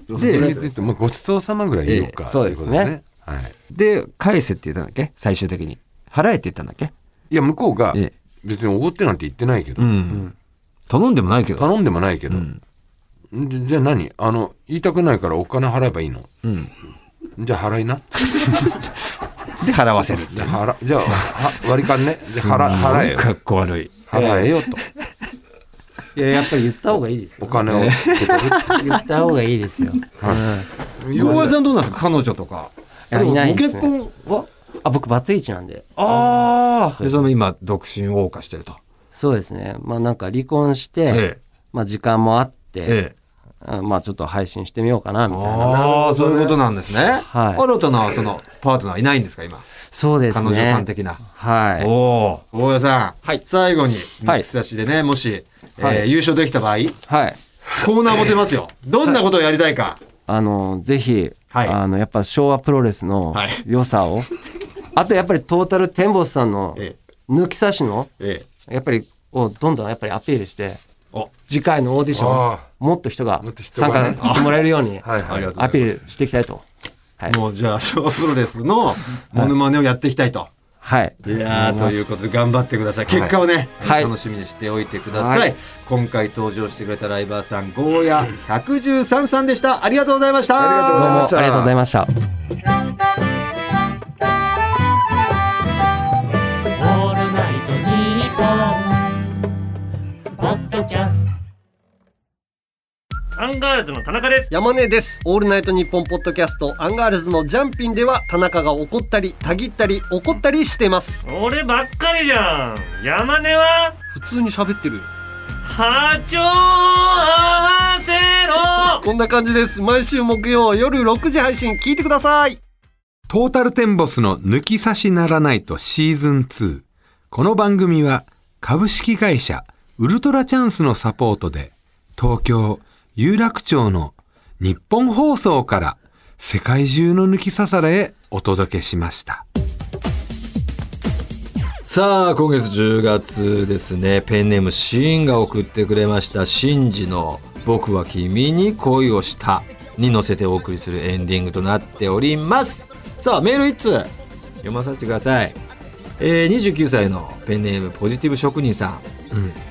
Speaker 1: で
Speaker 2: それについてもうごちそうさまぐらい言おっ
Speaker 1: え
Speaker 2: か。
Speaker 4: えそうですね
Speaker 2: ってことねはい。
Speaker 1: で、返せって言ったんだっけ最終的に。払えって言ったんだっけ
Speaker 2: いや、向こうが
Speaker 1: ええ、
Speaker 2: 別におごってなんて言ってないけど、
Speaker 1: ん。頼んでもないけど。
Speaker 2: 頼んでもないけど、じゃじゃあ何あの、言いたくないからお金払えばいいの
Speaker 1: うん。
Speaker 2: じゃあ払いな。
Speaker 1: で、払わせる。
Speaker 2: じゃあ払、じゃあは割り勘ね。じゃあ払、払えよ。
Speaker 1: かっこ悪い。
Speaker 2: 払えよと。
Speaker 4: いややっぱり言った方がいいです
Speaker 2: お
Speaker 4: よ
Speaker 2: 金を受け取るって。
Speaker 4: 言った方がいいです よ、うん、
Speaker 1: 洋和さんどうなんですか彼女とか。
Speaker 4: いやいないですね
Speaker 1: でもご結婚は
Speaker 4: あ僕バツイチなんで
Speaker 1: ああ。で、その今、独身を謳歌してると。
Speaker 4: そうですねまあなんか離婚して、
Speaker 1: ええ
Speaker 4: まあ時間もあって、
Speaker 1: ええ。
Speaker 4: あまあちょっと配信してみようかなみたいな
Speaker 1: ああ、そういうことなんですね。はい新たな、その、パートナーいないんですか、今。
Speaker 4: そうですね。
Speaker 1: 彼女さん的な。
Speaker 4: はい。
Speaker 1: おお。大家さん。はい。最後に、ミ
Speaker 4: はい
Speaker 1: ックス差しでね、もし、え
Speaker 4: は
Speaker 1: ー優勝できた場合、
Speaker 4: はい。
Speaker 1: コーナーも出ますよ。どんなことをやりたいか。
Speaker 4: あの、ぜひ、
Speaker 1: はい
Speaker 4: あの、やっぱ昭和プロレスの
Speaker 1: はい
Speaker 4: 良さを、あとやっぱりトータルテンボスさんの
Speaker 1: え
Speaker 4: 抜き差しの
Speaker 1: え、ええ。
Speaker 4: やっぱりをどんどんやっぱりアピールして
Speaker 1: お
Speaker 4: 次回のオーディション
Speaker 5: あ
Speaker 4: もっと人が
Speaker 5: もっと人が
Speaker 4: 参
Speaker 5: ね
Speaker 4: 加してもらえるよう
Speaker 5: は
Speaker 4: に
Speaker 5: いはい。
Speaker 1: ありがとうございます
Speaker 4: アピールしていきたいと。はい
Speaker 1: もうじゃあ、昭和プロレスのモノマネをやっていきたいと。
Speaker 4: はい。
Speaker 1: いやーということで頑張ってください結果をね、
Speaker 4: はい
Speaker 1: 楽しみにしておいてください、
Speaker 4: はい
Speaker 1: 今回登場してくれたライバーさんゴーヤ113さんでしたありがとうございました
Speaker 5: ありがとうご
Speaker 4: どう
Speaker 5: ざい
Speaker 4: も
Speaker 5: ま
Speaker 4: あ
Speaker 5: し
Speaker 4: り
Speaker 5: た
Speaker 4: がとうございました。
Speaker 6: 「オールナイトニッポン」「ポッドキャスト」
Speaker 7: アンガールズの田中です。
Speaker 8: 山根です。オールナイトニッポンポッドキャストアンガールズのジャンピンでは田中が怒ったり、たぎったり、怒ったりしてます。
Speaker 7: 俺ばっかりじゃん。山根は
Speaker 8: 普通に喋ってるよ。
Speaker 7: 波長を合わせろ
Speaker 8: こんな感じです。毎週木曜夜6時配信聞いてください。
Speaker 5: トータルテンボスの抜き差しならないとシーズン2。この番組は株式会社ウルトラチャンスのサポートで東京有楽町の日本放送から世界中の抜き差されへお届けしました。
Speaker 1: さあ今月10月ですねペンネームシーンが送ってくれましたシンジの「僕は君に恋をした」に乗せてお送りするエンディングとなっておりますさあメール1通読まさせてください、えー29歳のペンネームポジティブ職人さん、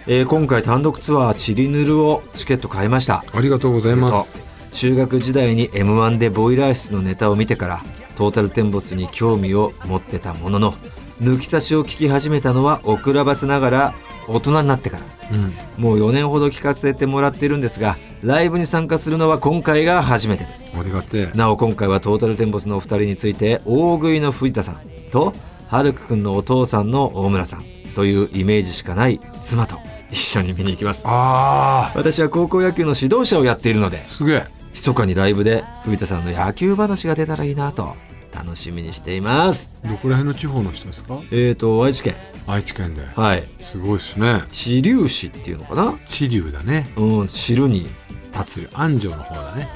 Speaker 1: えー今回単独ツアー「チリヌル」をチケット買いました
Speaker 5: ありがとうございます。
Speaker 1: 中学時代に m 1でボイラー室のネタを見てからトータルテンボスに興味を持ってたものの抜き差しを聞き始めたのは遅らばせながら大人になってから
Speaker 5: うん、
Speaker 1: もう4年ほど聞かせてもらっているんですがライブに参加するのは今回が初めてです
Speaker 5: ありがてえ。
Speaker 1: なお今回はトータルテンボスのお二人について大食いの藤田さんとハルク君のお父さんの大村さんというイメージしかない妻と一緒に見に行きます
Speaker 5: あ
Speaker 1: 私は高校野球の指導者をやっているので
Speaker 5: あ、すげえ。
Speaker 1: 密かにライブで藤田さんの野球話が出たらいいなと楽しみにしています
Speaker 5: どこら辺の地方の人ですか
Speaker 1: えーと愛知県
Speaker 5: 愛知県で。
Speaker 1: はい
Speaker 5: すごいですね。
Speaker 1: 知粒子っていうのかな
Speaker 5: 知立だね。
Speaker 1: うん知るに立つ
Speaker 5: 安城の方だね。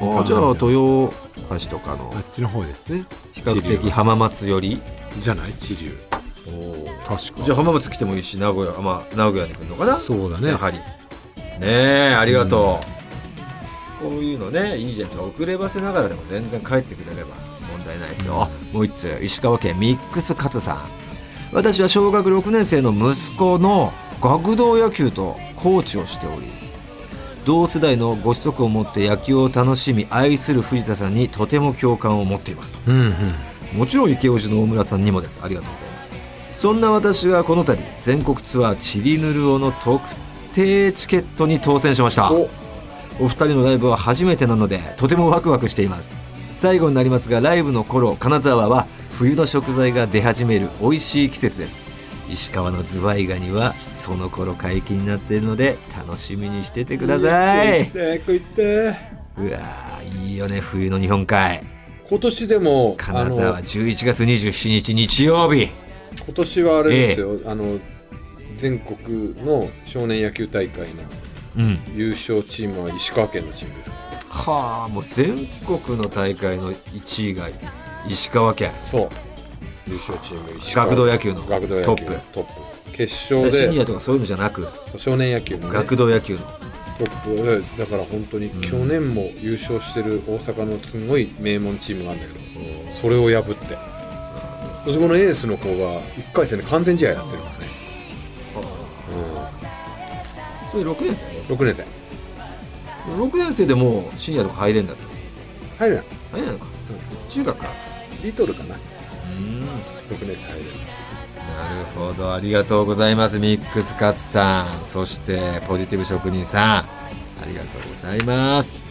Speaker 1: あじゃあ豊橋とかの
Speaker 5: あっちの方ですね。
Speaker 1: 比較的浜松より
Speaker 5: じゃない地流確か
Speaker 1: じゃあ浜松来てもいいし名古屋まあ名古屋に来るのかな
Speaker 5: そうだね
Speaker 1: やはりねえありがとう、こういうのねいいじゃないですか遅ればせながらでも全然帰ってくれれば問題ないですよ、もう一つ石川県ミックスカツさん私は小学6年生の息子の学童野球とコーチをしており同世代のご子息を持って野球を楽しみ愛する藤田さんにとても共感を持っていますと
Speaker 5: うんうん
Speaker 1: もちろん池オジの大村さんにもですありがとうございますそんな私がこの度全国ツアーチリヌルオの特定チケットに当選しましたお二人のライブは初めてなのでとてもワクワクしています最後になりますがライブの頃金沢は冬の食材が出始める美味しい季節です石川のズワイガニはその頃解禁になっているので楽しみにしててください
Speaker 2: えーこう言って
Speaker 1: うわーいいよね冬の日本海
Speaker 2: 今年でもあ
Speaker 1: 金
Speaker 2: の
Speaker 1: 沢11月27日日曜日
Speaker 2: 今年はあれですよ、あの全国の少年野球大会の
Speaker 1: うん
Speaker 2: 優勝チームは石川県のチームですから
Speaker 1: はあもう全国の大会の1位が石川県
Speaker 2: そう優勝チーム石川
Speaker 1: 学童野球の
Speaker 2: 学童野球
Speaker 1: トップ
Speaker 2: トップ決勝
Speaker 1: シニ
Speaker 2: で
Speaker 1: アとかそういうのじゃなく
Speaker 2: 少年野球の、ね、
Speaker 1: 学童野球の
Speaker 2: トップえーだから本当に去年も優勝してる大阪のすごい名門チームがあるんだけど、それを破ってそこのエースの子が1回戦で完全試合やってるからね
Speaker 1: それ6年生です
Speaker 2: 6年生
Speaker 1: 6年生でもうシニアとか入れんだっけ
Speaker 2: 入るな
Speaker 1: 入れないのか中学か
Speaker 2: リトルかな
Speaker 1: うんな
Speaker 2: 6年生入る
Speaker 1: るほどありがとうございますミックスカツさんそしてポジティブ職人さんありがとうございます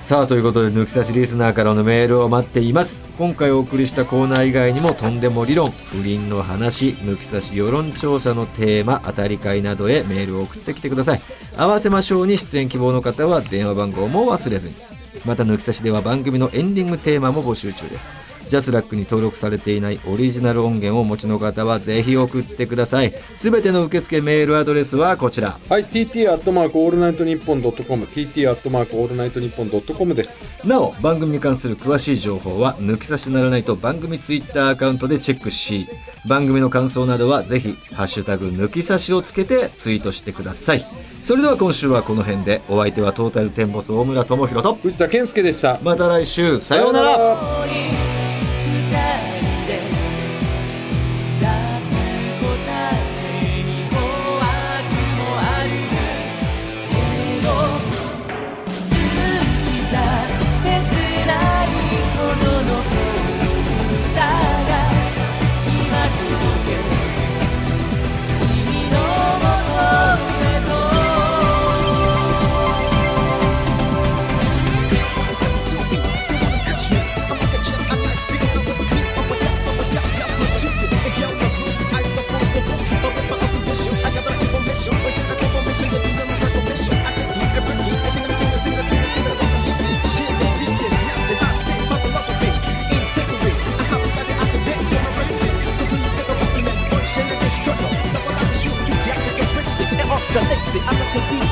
Speaker 1: さあということで抜き差しリスナーからのメールを待っています今回お送りしたコーナー以外にもとんでも理論不倫の話抜き差し世論調査のテーマ当たり会などへメールを送ってきてください合わせましょうに出演希望の方は電話番号も忘れずにまた抜き差しでは番組のエンディングテーマも募集中ですジャスラックに登録されていないオリジナル音源をお持ちの方はぜひ送ってくださいすべての受付メールアドレスはこちら
Speaker 2: はい TT アットマークオールナイトニッポンドットコム TT アットマークオールナイトニッポンドットコムです
Speaker 1: なお番組に関する詳しい情報は抜き差しならないと番組ツイッターアカウントでチェックし番組の感想などはぜひ「ハッシュタグ抜き差し」をつけてツイートしてくださいそれでは今週はこの辺でお相手はトータルテンボス大村智広と
Speaker 2: 藤田健介でした
Speaker 1: また来週さようなら
Speaker 6: 二人で出す答えに怖くもあるけど好きさ切ないほどの歌が今届け君のもとへと「